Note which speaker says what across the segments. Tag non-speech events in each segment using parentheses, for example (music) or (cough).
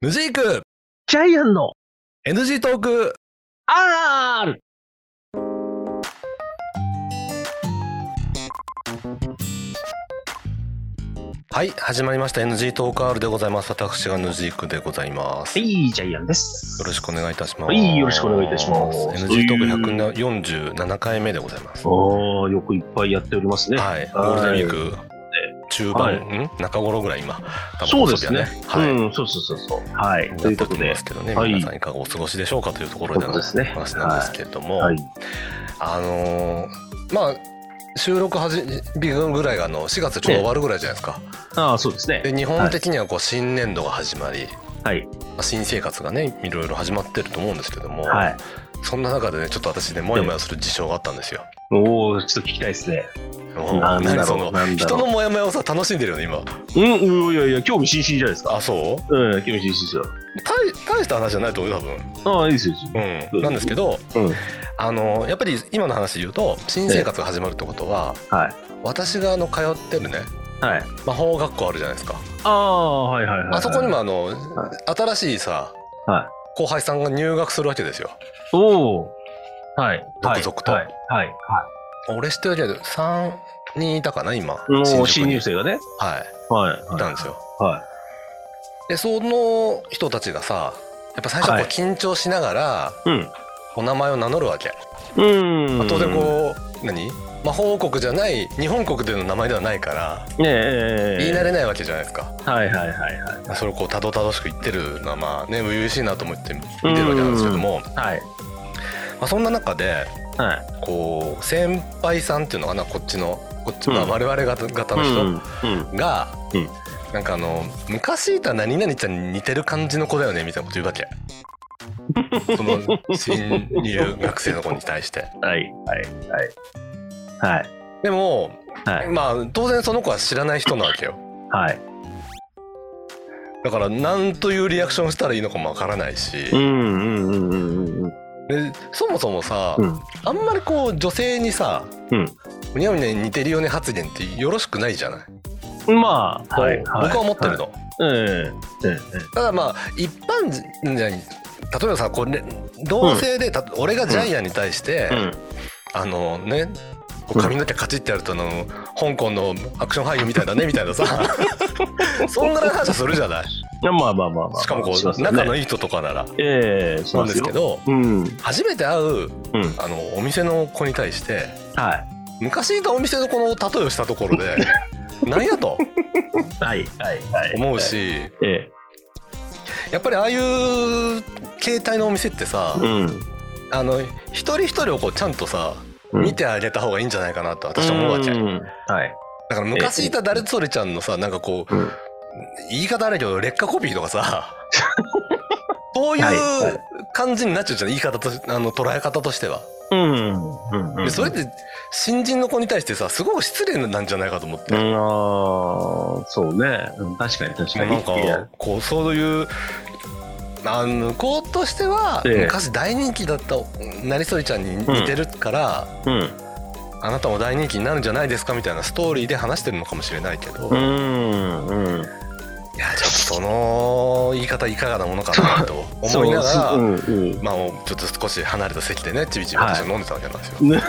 Speaker 1: ヌジーク
Speaker 2: ジャイアンの
Speaker 1: NG トーク
Speaker 2: R!
Speaker 1: はい始まりました NG トーク R でございます私がヌジークでございます
Speaker 2: は
Speaker 1: よ
Speaker 2: い、ジャイアンです。
Speaker 1: ろしくお願いいたします
Speaker 2: はいよろしくお願いいたします
Speaker 1: NG トーク147回目でございます
Speaker 2: ああ、よくいっぱいやっておりますね。
Speaker 1: はいゴールデンウィーク中盤、ん中頃ぐらい今多分
Speaker 2: そうですね
Speaker 1: 放送日ははい、
Speaker 2: うん、そうそうそうそう。はい。と
Speaker 1: とい
Speaker 2: いうう
Speaker 1: こ
Speaker 2: ことと
Speaker 1: で
Speaker 2: で、
Speaker 1: すけどね、
Speaker 2: はい
Speaker 1: 皆さんいかがお過ごしでしょうかというところでの
Speaker 2: そうですね
Speaker 1: 話なんですけれども、
Speaker 2: はい。
Speaker 1: あのーまあ収録始日ぐらいがあの4月ちょうど終わるぐらいじゃないですか、
Speaker 2: ああ、そうですね。
Speaker 1: で日本的にはこう新年度が始まり、
Speaker 2: はい。
Speaker 1: まあ新生活がねいろいろ始まってると思うんですけども、
Speaker 2: はい。
Speaker 1: そんな中でねちょっと私ねモヤモヤする事象があったんですよ。
Speaker 2: おお、ちょっと聞きたいですね。
Speaker 1: もう
Speaker 2: なんだろう
Speaker 1: 何その
Speaker 2: なんだろ
Speaker 1: 人
Speaker 2: う
Speaker 1: のモヤモヤをさ楽しんでるよね今。
Speaker 2: うん、うん、いやいや、興味津々じゃないですか。
Speaker 1: あそう
Speaker 2: うん、興味津々ですよ。
Speaker 1: 大大した話じゃないと思うよ多分。
Speaker 2: ああ、いいですよ。
Speaker 1: うん、なんですけど
Speaker 2: うん。
Speaker 1: あのやっぱり今の話で言うと新生活が始まるってことは
Speaker 2: はい。
Speaker 1: 私があの通ってるね
Speaker 2: はい。
Speaker 1: 魔法学校あるじゃないですか。
Speaker 2: ああ、はいはいはい。
Speaker 1: あそこにもあの、
Speaker 2: は
Speaker 1: 新しいさ
Speaker 2: は
Speaker 1: 後輩さんが入学するわけですよ。
Speaker 2: い。おお。はい。はい
Speaker 1: 続々と
Speaker 2: はい。はい。はい。
Speaker 1: 俺知ってるけど3人いたかな今
Speaker 2: もう
Speaker 1: 新
Speaker 2: 新
Speaker 1: 宿
Speaker 2: 入
Speaker 1: に
Speaker 2: 生がね。
Speaker 1: はい
Speaker 2: はい。
Speaker 1: いたん
Speaker 2: は
Speaker 1: ですよ、
Speaker 2: い。はい。
Speaker 1: でその人たちがさやっぱ最初はこう
Speaker 2: はい
Speaker 1: 緊張しながら
Speaker 2: うん。
Speaker 1: お名前を名乗るわけ、
Speaker 2: うん。
Speaker 1: まあ当然こう何魔法王国じゃない日本国での名前ではないから
Speaker 2: う。ねえ。
Speaker 1: 言い慣れないわけじゃないですか、
Speaker 2: はいはいはいはい。
Speaker 1: それをこうたどたどしく言ってるのはまあね初々しいなと思って見てるわけなんですけども、
Speaker 2: はい。
Speaker 1: まあ、そんな中で
Speaker 2: はい。
Speaker 1: こう先輩さんっていうのかなこっちのこっち、まあ
Speaker 2: うん
Speaker 1: 我々方の人、
Speaker 2: うん。
Speaker 1: が、
Speaker 2: うん
Speaker 1: なんかあの昔いた何々ちゃんに似てる感じの子だよねみたいなこと言うわ
Speaker 2: (laughs)
Speaker 1: けその新入学生の子に対して
Speaker 2: はいはいはい。はい
Speaker 1: でも
Speaker 2: はい
Speaker 1: まあ当然その子は知らない人なわけよ
Speaker 2: はい。
Speaker 1: だから何というリアクションしたらいいのかもわからないし、
Speaker 2: うんうんうんうんうん
Speaker 1: でそもそもさ、
Speaker 2: うん。
Speaker 1: あんまりこう女性にさ
Speaker 2: うん
Speaker 1: 「むにゃむにゃに似てるよね」発言ってよろしくないじゃない、
Speaker 2: うん。まあ、はい。
Speaker 1: こう僕は思ってるの、
Speaker 2: はい。ええ。え
Speaker 1: ただまあ一般人じゃない例えばさこれ同性で、た俺がジャイアンに対して、
Speaker 2: え。うん。
Speaker 1: あのねこう髪の毛カチってやるとあの香港のアクション俳優みたいだねみたいなさ (laughs) そんぐらいの話をするじゃない
Speaker 2: まあまあまあまあ。
Speaker 1: しかもこ
Speaker 2: します
Speaker 1: う
Speaker 2: よね
Speaker 1: 仲のいい人とかなら
Speaker 2: ええ、そ
Speaker 1: な
Speaker 2: うんで
Speaker 1: ですす
Speaker 2: け
Speaker 1: け
Speaker 2: ど。
Speaker 1: ど
Speaker 2: うん。はい。
Speaker 1: 初めて会う
Speaker 2: うん
Speaker 1: あのお店の子に対して昔いたお店の子の例えをしたところで (laughs) なんやと
Speaker 2: はいはいはい。
Speaker 1: 思う。し
Speaker 2: ええ。
Speaker 1: やっぱりああいう携帯のお店ってさ
Speaker 2: うん。
Speaker 1: あの一人一人をこうちゃんとさ見てあげた方がいいんじゃないかなと私は思うわけだか
Speaker 2: はい。
Speaker 1: ら昔いた誰それちゃんのさなんかこう
Speaker 2: うん。
Speaker 1: 言い方あれだけど劣化コピーとか
Speaker 2: (laughs)
Speaker 1: さそうい
Speaker 2: はいは
Speaker 1: う感じになっちゃうじゃん言い方としあの捉え方としては
Speaker 2: うん。う
Speaker 1: で
Speaker 2: ん。
Speaker 1: それって新人の子に対してさすごく失礼なんじゃないかと思って、
Speaker 2: う
Speaker 1: も
Speaker 2: ん、ああ、そうね。うん確かに確か
Speaker 1: う
Speaker 2: に。
Speaker 1: なんか
Speaker 2: いや
Speaker 1: こうそういうあの子としては、
Speaker 2: ええ
Speaker 1: 昔大人気だったなりそりちゃんに似てるから、
Speaker 2: うん。
Speaker 1: あなたも大人気になるんじゃないですかみたいなストーリーで話してるのかもしれないけど、
Speaker 2: う
Speaker 1: い
Speaker 2: ん。うん。
Speaker 1: やちょっとその言い方いかがなものかなと思いながら。
Speaker 2: そうそううんうん
Speaker 1: まあ、もうちょっと少し離れた席でねちびちび
Speaker 2: はい
Speaker 1: 私は飲んでたわけなんですよ、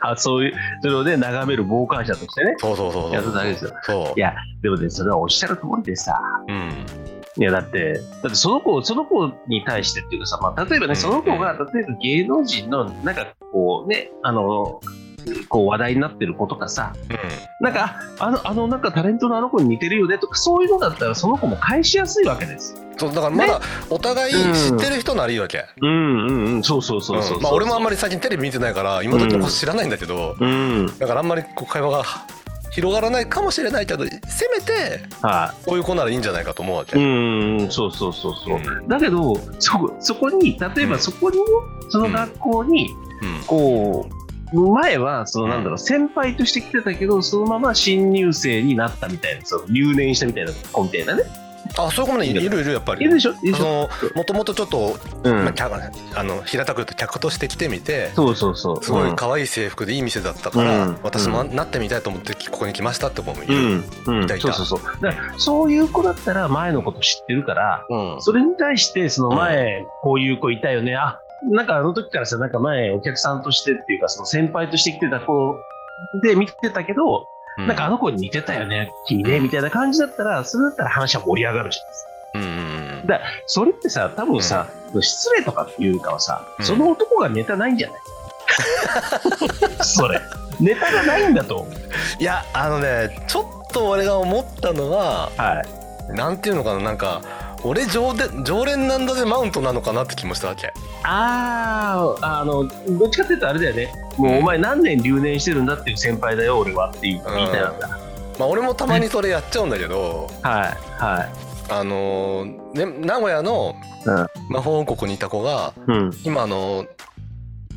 Speaker 2: あ、そういう、それをね、眺める傍観者としてね。
Speaker 1: そうそうそう
Speaker 2: いやそうだけですよ
Speaker 1: そう
Speaker 2: いや、でもね、それはおっしゃる通りでさ。
Speaker 1: うん
Speaker 2: いや、だって、だってその子、その子に対してっていうかさ、まあ、例えばね、その子が、例えば芸能人の、なんかこうね、あの、こう話題になってる子とかさ、なんか、ああの、あの、なんかタレントのあの子に似てるよねとか、そういうのだったら、その子も返しやすいわけです。
Speaker 1: うんそうだからまだお互い知ってる人ならいいわけ、
Speaker 2: うんうんうん、そうそう
Speaker 1: う
Speaker 2: そ
Speaker 1: ん
Speaker 2: うそうそう。
Speaker 1: まあ俺もあんまり最近テレビ見てないから今時の子知らないんだけど、
Speaker 2: うん、はい、
Speaker 1: だからあんまりこう会話が広がらないかもしれないけどせめてこういう子ならいいんじゃないかと思うわけ、
Speaker 2: うんうんそうそうそうそう、だけどそこそこに例え
Speaker 1: うん
Speaker 2: ばそこに、その学校に
Speaker 1: うん
Speaker 2: こう前はそのなんだ
Speaker 1: う
Speaker 2: ろう先輩として来てたけどそのまま新入生になったみたいなその留年したみたいな子みたいなね
Speaker 1: あそういう子もねいるいるやっぱ
Speaker 2: い
Speaker 1: り
Speaker 2: るでしょいるでしょ
Speaker 1: もともとちょっと、
Speaker 2: う
Speaker 1: まあ、
Speaker 2: ん。
Speaker 1: 客あの平たく言うと客として来てみて
Speaker 2: そうそうそう。
Speaker 1: すご
Speaker 2: う
Speaker 1: い
Speaker 2: ん
Speaker 1: 可愛い制服でいい店だったから、
Speaker 2: うん
Speaker 1: 私も
Speaker 2: う
Speaker 1: なってみたいと思ってここに来ましたって子もいる、
Speaker 2: うん、う
Speaker 1: い
Speaker 2: ん、
Speaker 1: たい
Speaker 2: そ
Speaker 1: た
Speaker 2: うそうそう。だから、そういう子だったら前のこと知ってるから、
Speaker 1: うん
Speaker 2: それに対して、その前、こういう子いたよね。あ、なんかあの時からさ、なんか前お客さんとしてっていうか、その先輩として来てた子で見てたけど、
Speaker 1: う
Speaker 2: なんかあの子に似てたよね、君ね、みたいな感じだったら、それだったら話は盛り上がるじゃないですか。
Speaker 1: うんうんうん
Speaker 2: それってさ、多分さ、失礼とかっていうかはさ、
Speaker 1: うん
Speaker 2: その男がネタないんじ (laughs) ゃないそれ。ネタがないんだと思う。
Speaker 1: いやあのねちょっと俺が思ったのは
Speaker 2: はい。
Speaker 1: なんていうのかななんか俺常で常連なんだでマウントなのかなって気もしたわけ
Speaker 2: あああのどっちかっていうとあれだよねもうお前何年留年してるんだっていう先輩だよ俺はっていう言いたいわけだ、
Speaker 1: まあ俺もたまにそれやっちゃうんだけど
Speaker 2: はいは
Speaker 1: あのーね、名古屋の魔法王国にいた子が
Speaker 2: いうん
Speaker 1: 今あの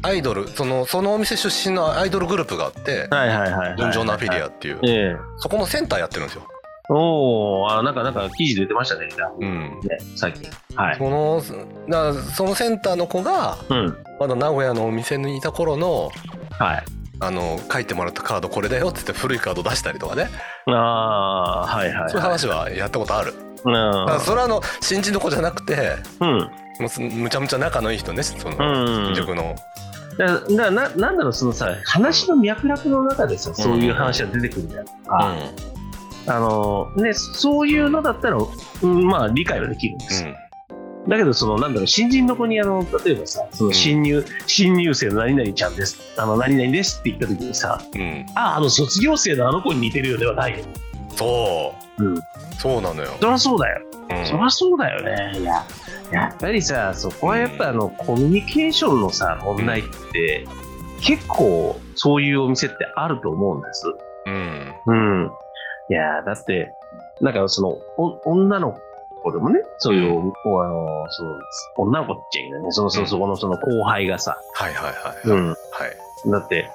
Speaker 1: アイドルそのそのお店出身のアイドルグループがあって
Speaker 2: はいはいはいはい
Speaker 1: 純情のアフィリアっていう
Speaker 2: ええ
Speaker 1: そこのセンターやってるんですよ、
Speaker 2: おおなんかなんか記事出てましたね、
Speaker 1: うん、
Speaker 2: ねさっきはい
Speaker 1: そのだからそのセンターの子が
Speaker 2: うん
Speaker 1: まだ名古屋のお店にいた頃の
Speaker 2: はい
Speaker 1: あの書いてもらったカードこれだよって言って古いカード出したりとかね
Speaker 2: ああーはいはいはい
Speaker 1: そういう話はやったことあるだから
Speaker 2: う
Speaker 1: それはあの新人の子じゃなくて
Speaker 2: ん
Speaker 1: もうすむちゃむちゃ仲のいい人ねその
Speaker 2: うんうんだか
Speaker 1: 塾の
Speaker 2: らだからななんだろうそのさ話の脈絡の中でさそういう話が出てくるんだよ、
Speaker 1: う
Speaker 2: あ
Speaker 1: ん
Speaker 2: あのね、そういうのだったら、うん、まあ理解はできるんですよ、だけどそのなんだろう新人の子にあの例えばさその新入、新入生の何々ちゃんですあの何々ですって言った時にさ
Speaker 1: うんうん
Speaker 2: ああの卒業生のあの子に似てるよではないよ、
Speaker 1: そ
Speaker 2: うん、
Speaker 1: うそうなのよ
Speaker 2: そりゃそうだよ、
Speaker 1: うん
Speaker 2: そりゃそうだよねいややっぱりさそこはやっぱあの、コミュニケーションのさ問題って、結構そういうお店ってあると思うんです
Speaker 1: うん
Speaker 2: うん。いやーだって、なんかその、お女の子でもね、そういう、おあのその女の子って言っちゃいけないね。その、その、そこの、その後輩がさ、
Speaker 1: はいはいはい
Speaker 2: うん。
Speaker 1: はい
Speaker 2: だって、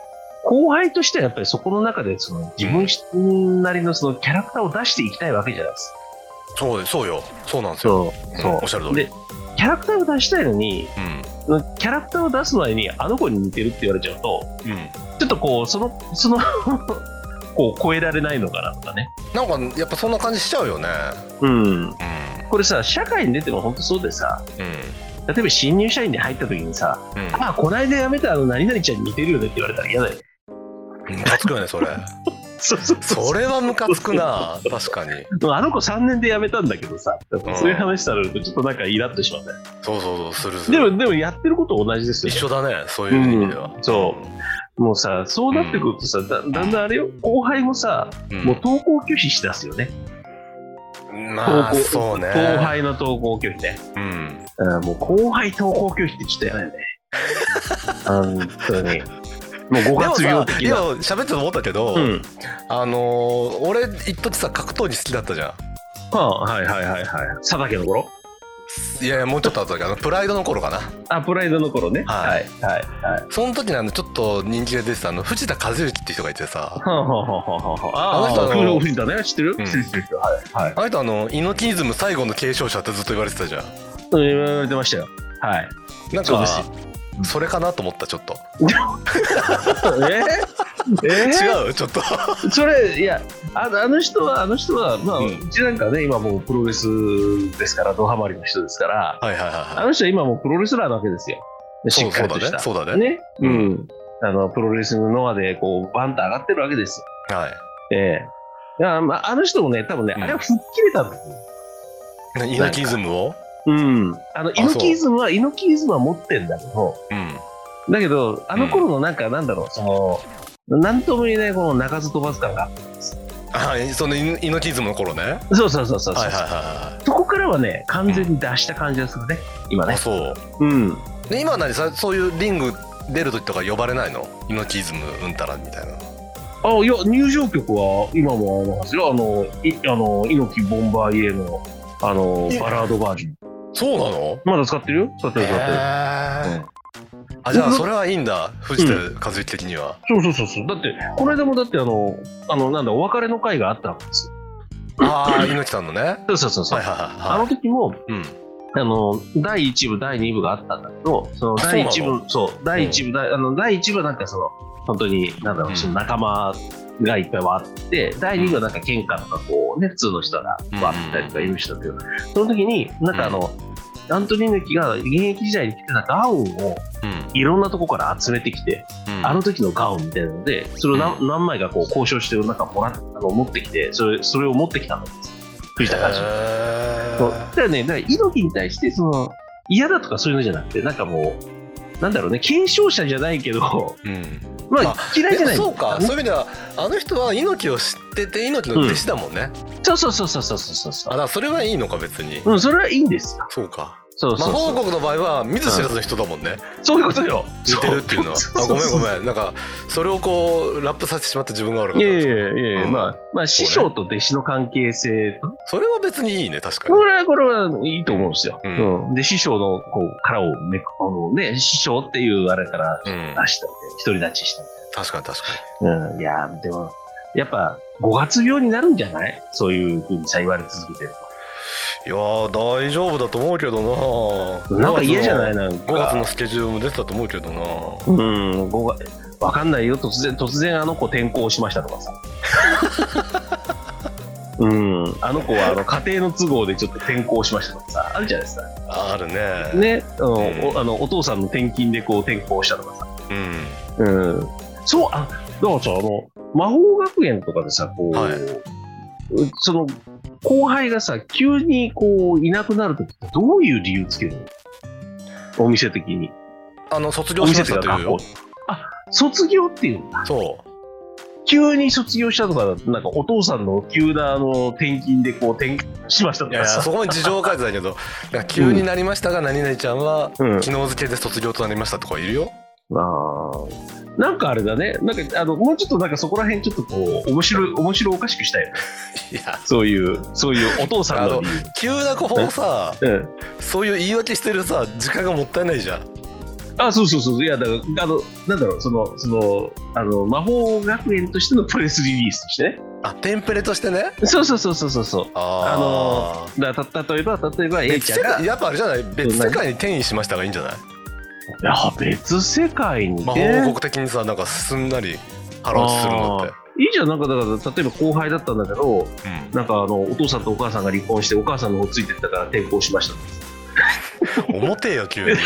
Speaker 2: 後輩としてはやっぱりそこの中で、その、自分なりのそのキャラクターを出していきたいわけじゃないですか。
Speaker 1: そうですそうよそうなんですよう
Speaker 2: そ
Speaker 1: ん
Speaker 2: う、そ
Speaker 1: おっしゃる通
Speaker 2: う。
Speaker 1: り
Speaker 2: で、キャラクターを出したいのに、
Speaker 1: うん
Speaker 2: キャラクターを出す前に、あの子に似てるって言われちゃうと、
Speaker 1: うん
Speaker 2: ちょっとこう、その、その、 (laughs) こう、超えられないのかなとかね。
Speaker 1: なんかやっぱそんな感じしちゃうよね
Speaker 2: うん。
Speaker 1: う
Speaker 2: これさ社会に出ても本当そうでさ
Speaker 1: ん
Speaker 2: 例えば新入社員で入った時にさ
Speaker 1: うん
Speaker 2: 「あこないだ辞めたあの何々ちゃんに似てるよね」って言われたら嫌だよ
Speaker 1: うんムカつくよねそれ
Speaker 2: そうそう
Speaker 1: (laughs) それはムカつくな確かに
Speaker 2: うあの子3年で辞めたんだけど
Speaker 1: ん
Speaker 2: さそういう話されるとちょっとなんかイラッとしまうね
Speaker 1: そうそうそうするす
Speaker 2: で
Speaker 1: る
Speaker 2: もでもやってること同じですよ、
Speaker 1: 一緒
Speaker 2: ね、
Speaker 1: だねそういう意味では
Speaker 2: うんそもうさそうなってくるとさだだんだんあれよ後輩もさ
Speaker 1: うん
Speaker 2: もう登校拒否しだすよね
Speaker 1: まあ
Speaker 2: 登校
Speaker 1: そうね
Speaker 2: 後輩の登校拒否ね
Speaker 1: うん
Speaker 2: うんもう後輩登校拒否ってちょっとやだよ (laughs) ね本当にも
Speaker 1: で
Speaker 2: う5
Speaker 1: も
Speaker 2: 月
Speaker 1: さ
Speaker 2: 病
Speaker 1: 今
Speaker 2: 的な
Speaker 1: 喋ってて思ったけど、
Speaker 2: うん
Speaker 1: あのー俺一時さ格闘技好きだったじゃん
Speaker 2: はあ、はいはいはいはい。佐竹の頃
Speaker 1: いやいやもうちょっと後だけどあのプライドの頃かな
Speaker 2: あ、プライドの頃ね。
Speaker 1: は
Speaker 2: はいいはいはい。
Speaker 1: その時なんでちょっと人気が出てたあの藤田和之って人がいてさ
Speaker 2: はあはあはあはあ。
Speaker 1: あ
Speaker 2: あ
Speaker 1: の人
Speaker 2: あ、
Speaker 1: の
Speaker 2: フルオフだね。知ってる、
Speaker 1: うん
Speaker 2: 知ってる知ってる。はいはい。
Speaker 1: あの人あの猪木イズム最後の継承者ってずっと言われてたじゃん
Speaker 2: 言われてましたよ。はい。
Speaker 1: なん
Speaker 2: そうで
Speaker 1: か
Speaker 2: す
Speaker 1: それかなと思ったちょっと
Speaker 2: (laughs) (laughs) ええ
Speaker 1: 違うちょっと (laughs)
Speaker 2: うそれいやあのあの人はあの人はまあ、
Speaker 1: う
Speaker 2: うんちなんかね今もうプロレスですからドハマりの人ですから
Speaker 1: はいはいはい
Speaker 2: あ
Speaker 1: は
Speaker 2: の人は今もうプロレスラーなわけですよし
Speaker 1: そう
Speaker 2: っかりとした
Speaker 1: そうだねそうだ
Speaker 2: ねう
Speaker 1: うん
Speaker 2: あのプロレスのノアでこうバンと上がってるわけですよ
Speaker 1: いはい
Speaker 2: ええあまあ、あの人もね、多分ね、
Speaker 1: うん
Speaker 2: あれは吹っ切れたんだよ。
Speaker 1: ね猪木イズムを
Speaker 2: うん。あ
Speaker 1: そ
Speaker 2: の、
Speaker 1: う
Speaker 2: 猪木イズムは、猪木イズムは持ってんだけど、
Speaker 1: うん
Speaker 2: だけど、あの頃のなんか、なんだろう、その、なんとも言えない、この鳴かず飛ばず感が。
Speaker 1: あその猪猪木イズムの頃ねはい
Speaker 2: そうそうそうそう。
Speaker 1: はいはいは
Speaker 2: そこからはね、完全に出した感じがするね、今
Speaker 1: いあ
Speaker 2: ね。
Speaker 1: そう
Speaker 2: うん。
Speaker 1: で今は何さそういうリング出る時とか呼ばれないの猪木イズムうんたらみたいな
Speaker 2: あ、いや、入場曲は、今もありますよ。あの、いあの猪木ボンバーイエの、あの
Speaker 1: い、や
Speaker 2: バラードバージョン。
Speaker 1: そうなの
Speaker 2: まだ使ってるよ使ってる使ってる。
Speaker 1: へー
Speaker 2: うん
Speaker 1: あじゃあそれはいいんだ藤田和之的には、
Speaker 2: そうそうそうそう。だって、この間もだってあの、あの、なんだ、お別れの会があったわけですよ。
Speaker 1: ああ、猪木さんのね。はい
Speaker 2: そうそうそうそう、
Speaker 1: はい
Speaker 2: あ
Speaker 1: はい
Speaker 2: の
Speaker 1: はい。
Speaker 2: 時も
Speaker 1: うん。
Speaker 2: あの第1部第2部があったんだけどその
Speaker 1: あ
Speaker 2: 第1
Speaker 1: そうな
Speaker 2: 部そう第1部、第あの第1部はなんかその本当になんだろう、
Speaker 1: うん
Speaker 2: その仲間がいっぱいあって第2部はなんか喧嘩とかこうね普通の人が
Speaker 1: うん
Speaker 2: わーったりとかいる人だけどその時になんかあの、アントニーヌキが現役時代に着てたガウンを
Speaker 1: うん。
Speaker 2: いろんなとこから集めてきて、
Speaker 1: うん
Speaker 2: あの時のガウンみたいなので、それを何,、何枚かこう交渉して、なんかもらあの持ってきて、それそれを持ってきたんです。藤田会長。
Speaker 1: へー
Speaker 2: そうだからね、だから猪木に対してその嫌だとかそういうのじゃなくて、なんかもう、なんだろうね、継承者じゃないけど、 (laughs)
Speaker 1: うん。
Speaker 2: まあ
Speaker 1: あ、
Speaker 2: 嫌いじゃない
Speaker 1: そうか、
Speaker 2: ね
Speaker 1: そういう意味では、あの人は猪木を知ってて、猪木の弟子だもんね。
Speaker 2: そうそうそうそうそうそ
Speaker 1: あ、
Speaker 2: う
Speaker 1: だからそれはいいのか、別に。
Speaker 2: うん、それはいいんですよ。
Speaker 1: そうか。
Speaker 2: そう
Speaker 1: 魔
Speaker 2: そう
Speaker 1: 法
Speaker 2: そう。
Speaker 1: 国の場合は、見ず知らずの人だもんね。
Speaker 2: そういうことよ。
Speaker 1: 似てるっていうのは。
Speaker 2: そ
Speaker 1: あ、ごめんご
Speaker 2: ん。
Speaker 1: めん。なんか、それをこう、ラップさせてしまった自分が悪か
Speaker 2: い
Speaker 1: った
Speaker 2: や。いやいやいや、
Speaker 1: うん
Speaker 2: まあ、まあ、師匠と弟子の関係性と
Speaker 1: それは別にいいね、確かに
Speaker 2: こ。れは、これはいいと思うんですよ。
Speaker 1: う
Speaker 2: うんんで、師匠のこう殻をめく、あのね、師匠っていうあれから
Speaker 1: うん。
Speaker 2: 出したみたいな、独り立ちしたみ
Speaker 1: 確かに確か
Speaker 2: たいな。うん、いやーでも、やっぱ、五月病になるんじゃないそういうふうにさ、言われ続けてる
Speaker 1: に。いやー、大丈夫だと思うけど
Speaker 2: と。
Speaker 1: な。
Speaker 2: なんか嫌じゃないいなん
Speaker 1: 5
Speaker 2: か。
Speaker 1: 月のスケジュールも出てたと思うけどな。
Speaker 2: うん、五月、わかんないよ。突然、突然あの子転校しましたとか
Speaker 1: (laughs)
Speaker 2: さ。うん、あの子はあの家庭の都合でちょっと転校しましたとかさ、あるじゃないですか。
Speaker 1: あるね。。
Speaker 2: ね、あの
Speaker 1: うん
Speaker 2: おあのお父さんの転勤でこう転校したとかさ。
Speaker 1: うん。
Speaker 2: うん、そう、あ、だからさ、あの、魔法学園とかでさ、こう、
Speaker 1: はい
Speaker 2: その、後輩がさ、急にこう、いなくなるときって、どういう理由つけるのお店的に。
Speaker 1: あの、卒業
Speaker 2: お
Speaker 1: し
Speaker 2: 店
Speaker 1: まし
Speaker 2: っ
Speaker 1: てた
Speaker 2: い
Speaker 1: という
Speaker 2: うか学校
Speaker 1: よ。。
Speaker 2: あ、卒業っていうんだ。
Speaker 1: そう。
Speaker 2: 急に卒業したとか、なんかお父さんの急なあの転勤でこう転勤しましたと
Speaker 1: いや
Speaker 2: か
Speaker 1: いや
Speaker 2: さ。
Speaker 1: そこまで事情を書いてたけど、なんか急になりましたが、何々ちゃんは、
Speaker 2: うん、
Speaker 1: 昨日付けで卒業となりましたとかいるよ。
Speaker 2: あーなんかあれだね、なんかあのもうちょっとなんかそこら辺ちょっとこう面白い面白おかしくしたいよね、
Speaker 1: いや、
Speaker 2: そういうそういうお父さんの理
Speaker 1: 急な子をさ、
Speaker 2: 由。うん
Speaker 1: そういう言い訳してるさ、時間がもったいないじゃん。
Speaker 2: あ、そうそうそう、いや、だから、あの、なんだろう、その、その、あの、魔法学園としてのプレスリリースとしてね。
Speaker 1: あ、テンプレとしてね。
Speaker 2: そうそうそうそうそうそう。あの
Speaker 1: あ
Speaker 2: だから、た、例えば、例えば、A
Speaker 1: 別
Speaker 2: ちゃん
Speaker 1: 世
Speaker 2: が。
Speaker 1: 界
Speaker 2: い
Speaker 1: やっぱあれじゃない別世界に転移しましたがいいんじゃない
Speaker 2: や、別世界に
Speaker 1: 魔
Speaker 2: ね。
Speaker 1: 法王国的にさなんかすんなり腹落ちするのって
Speaker 2: いいじゃん、なんか、だから、例えば、後輩だったんだけど、なんか、あの、お父さんとお母さんが離婚して、お母さんの方ついてったから、転校しました。 (laughs)
Speaker 1: うん重てえよ急に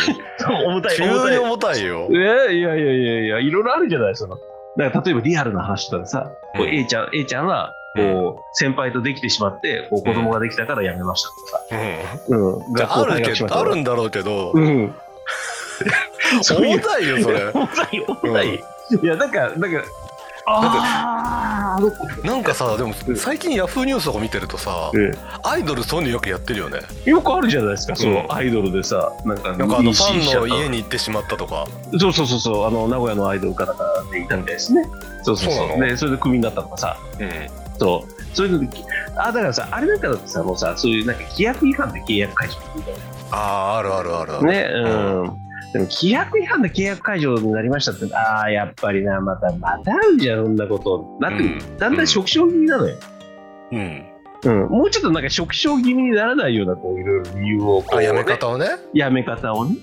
Speaker 2: 重たい、
Speaker 1: 急
Speaker 2: 重た
Speaker 1: に
Speaker 2: い。
Speaker 1: 重たいよ
Speaker 2: いやいやいやいやいや、いろいろあるじゃない、その。だから例えばリアルな話とかさ、こう
Speaker 1: うん
Speaker 2: A ちゃん、A ちゃんは、こう、先輩とできてしまって、こう子供ができたから辞めましたとか
Speaker 1: うん
Speaker 2: さ、うん、
Speaker 1: じゃあある
Speaker 2: 退
Speaker 1: け
Speaker 2: 学し
Speaker 1: ど
Speaker 2: ました
Speaker 1: あ
Speaker 2: とか
Speaker 1: るんだろうけど
Speaker 2: うん。そうい
Speaker 1: 重
Speaker 2: う。
Speaker 1: たいよそれ
Speaker 2: (laughs) 重たい、重たい。いや、なんか、なんか、ああ、あの子。
Speaker 1: なんかさでも最近ヤフーニュースとか見てるとさアイドルそういうのよくやってるよね
Speaker 2: よくあるじゃないですか、そうの
Speaker 1: ん
Speaker 2: アイドルでさ、なんか、
Speaker 1: なんかあのファンの家
Speaker 2: に。
Speaker 1: に行ってしまったとか
Speaker 2: そうそうそうそう、あの、名古屋のアイドルかなんかでいたみたいですね。そうそ
Speaker 1: そ
Speaker 2: う
Speaker 1: う
Speaker 2: そ
Speaker 1: な
Speaker 2: う。
Speaker 1: の
Speaker 2: で、それでクビになったとかさ。
Speaker 1: うん
Speaker 2: そう。そういうので、あ、だからさ、あれなんかだってさ、もうさ、そういうなんか規約違反で契約解除みたい
Speaker 1: あーあるあるあるあ
Speaker 2: な。
Speaker 1: る
Speaker 2: ね、うん。でも規約違反で契約解除になりましたって、ああ、やっぱりな、また、またあるじゃん、そんなこと。なってくる、
Speaker 1: うん
Speaker 2: だんだん触傷気味なのよ。
Speaker 1: うん
Speaker 2: うん。もうちょっとなんか触傷気味にならないような、こう、いろいろ理由をこう、
Speaker 1: あ
Speaker 2: ね。
Speaker 1: やめ方をね
Speaker 2: やめ方をね。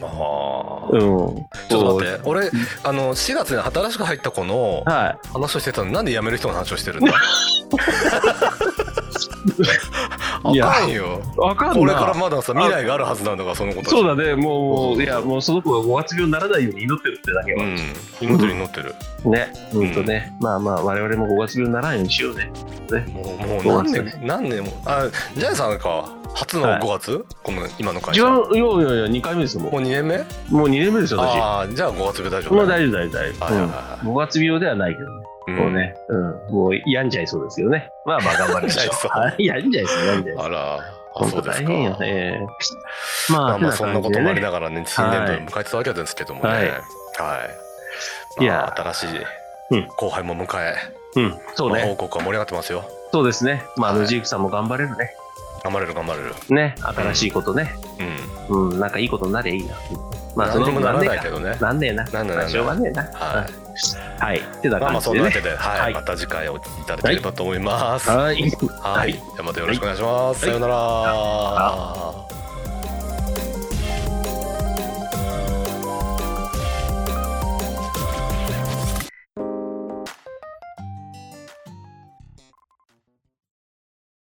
Speaker 1: ああ
Speaker 2: うん。ち
Speaker 1: ちょっと待
Speaker 2: て。
Speaker 1: って俺あの4月に新しく入った子の
Speaker 2: は
Speaker 1: 話をしてたのになんで辞める人の話をしてるんだ
Speaker 2: い
Speaker 1: (laughs)
Speaker 2: や
Speaker 1: あかんよ
Speaker 2: い。わかんない。
Speaker 1: これからまださ未来があるはずなんだからそのこと
Speaker 2: そう
Speaker 1: だ
Speaker 2: だね、もう、もういや、もうその子が5月病にならないように祈ってるってだけ
Speaker 1: う
Speaker 2: は。
Speaker 1: ん祈り祈ってる
Speaker 2: ね、うんとね、まあまあ、我々も5月病にならないようにしようね。
Speaker 1: もうもう
Speaker 2: そう
Speaker 1: 何
Speaker 2: ですね
Speaker 1: 年何年もあジャイさんか初の
Speaker 2: はい
Speaker 1: 5月、この今の会
Speaker 2: 自
Speaker 1: 社も
Speaker 2: 分、いやいやいや、2回目ですよ、も
Speaker 1: う2年目
Speaker 2: う。もう2年目ですよ、私。
Speaker 1: ああじゃあ5月で大丈夫
Speaker 2: もう
Speaker 1: だ
Speaker 2: 大丈夫、大丈夫、
Speaker 1: は
Speaker 2: 大
Speaker 1: いはい
Speaker 2: 丈
Speaker 1: は
Speaker 2: 夫。5月病ではないけどね。
Speaker 1: い、
Speaker 2: もうね、うん、もう病んじゃいそうですけどね。まあまあ、頑張りましょう。
Speaker 1: (laughs) 病ん
Speaker 2: はい病んじゃいそう、病んじゃい
Speaker 1: うん
Speaker 2: そう。
Speaker 1: あらあ
Speaker 2: 本
Speaker 1: そ
Speaker 2: 当
Speaker 1: うです
Speaker 2: 大
Speaker 1: か
Speaker 2: 変よ。ええま
Speaker 1: ま
Speaker 2: あ、
Speaker 1: あまあそんなこともあり
Speaker 2: だ。
Speaker 1: ながらね新年度を迎えてたわけですけどもね
Speaker 2: は
Speaker 1: はいい、
Speaker 2: い
Speaker 1: ま
Speaker 2: や
Speaker 1: あ新しい
Speaker 2: うん
Speaker 1: 後輩も迎え、
Speaker 2: うん、そう
Speaker 1: まあ
Speaker 2: ね。
Speaker 1: 報告は盛り上がってますよ
Speaker 2: そうですね。まあ、
Speaker 1: はい
Speaker 2: ムジークさんも頑張れるね。
Speaker 1: 頑張れる頑張れる
Speaker 2: ね、新しいことね。
Speaker 1: うん
Speaker 2: うん、なんかいいことになればいいな。まあ、そ
Speaker 1: 何
Speaker 2: の
Speaker 1: にもならない
Speaker 2: け
Speaker 1: けどね
Speaker 2: なんねえな。
Speaker 1: なんだなんだ
Speaker 2: しょうがねえな。
Speaker 1: はい
Speaker 2: うんはい。ってな
Speaker 1: まあまあ
Speaker 2: 感じ
Speaker 1: そん
Speaker 2: で
Speaker 1: なわ
Speaker 2: ね。
Speaker 1: けで、はい
Speaker 2: はい
Speaker 1: また次回をいただければと思います。はい、
Speaker 2: はい。
Speaker 1: はいじゃあまたよろしくお願いします。さ
Speaker 2: はい
Speaker 1: ようなら。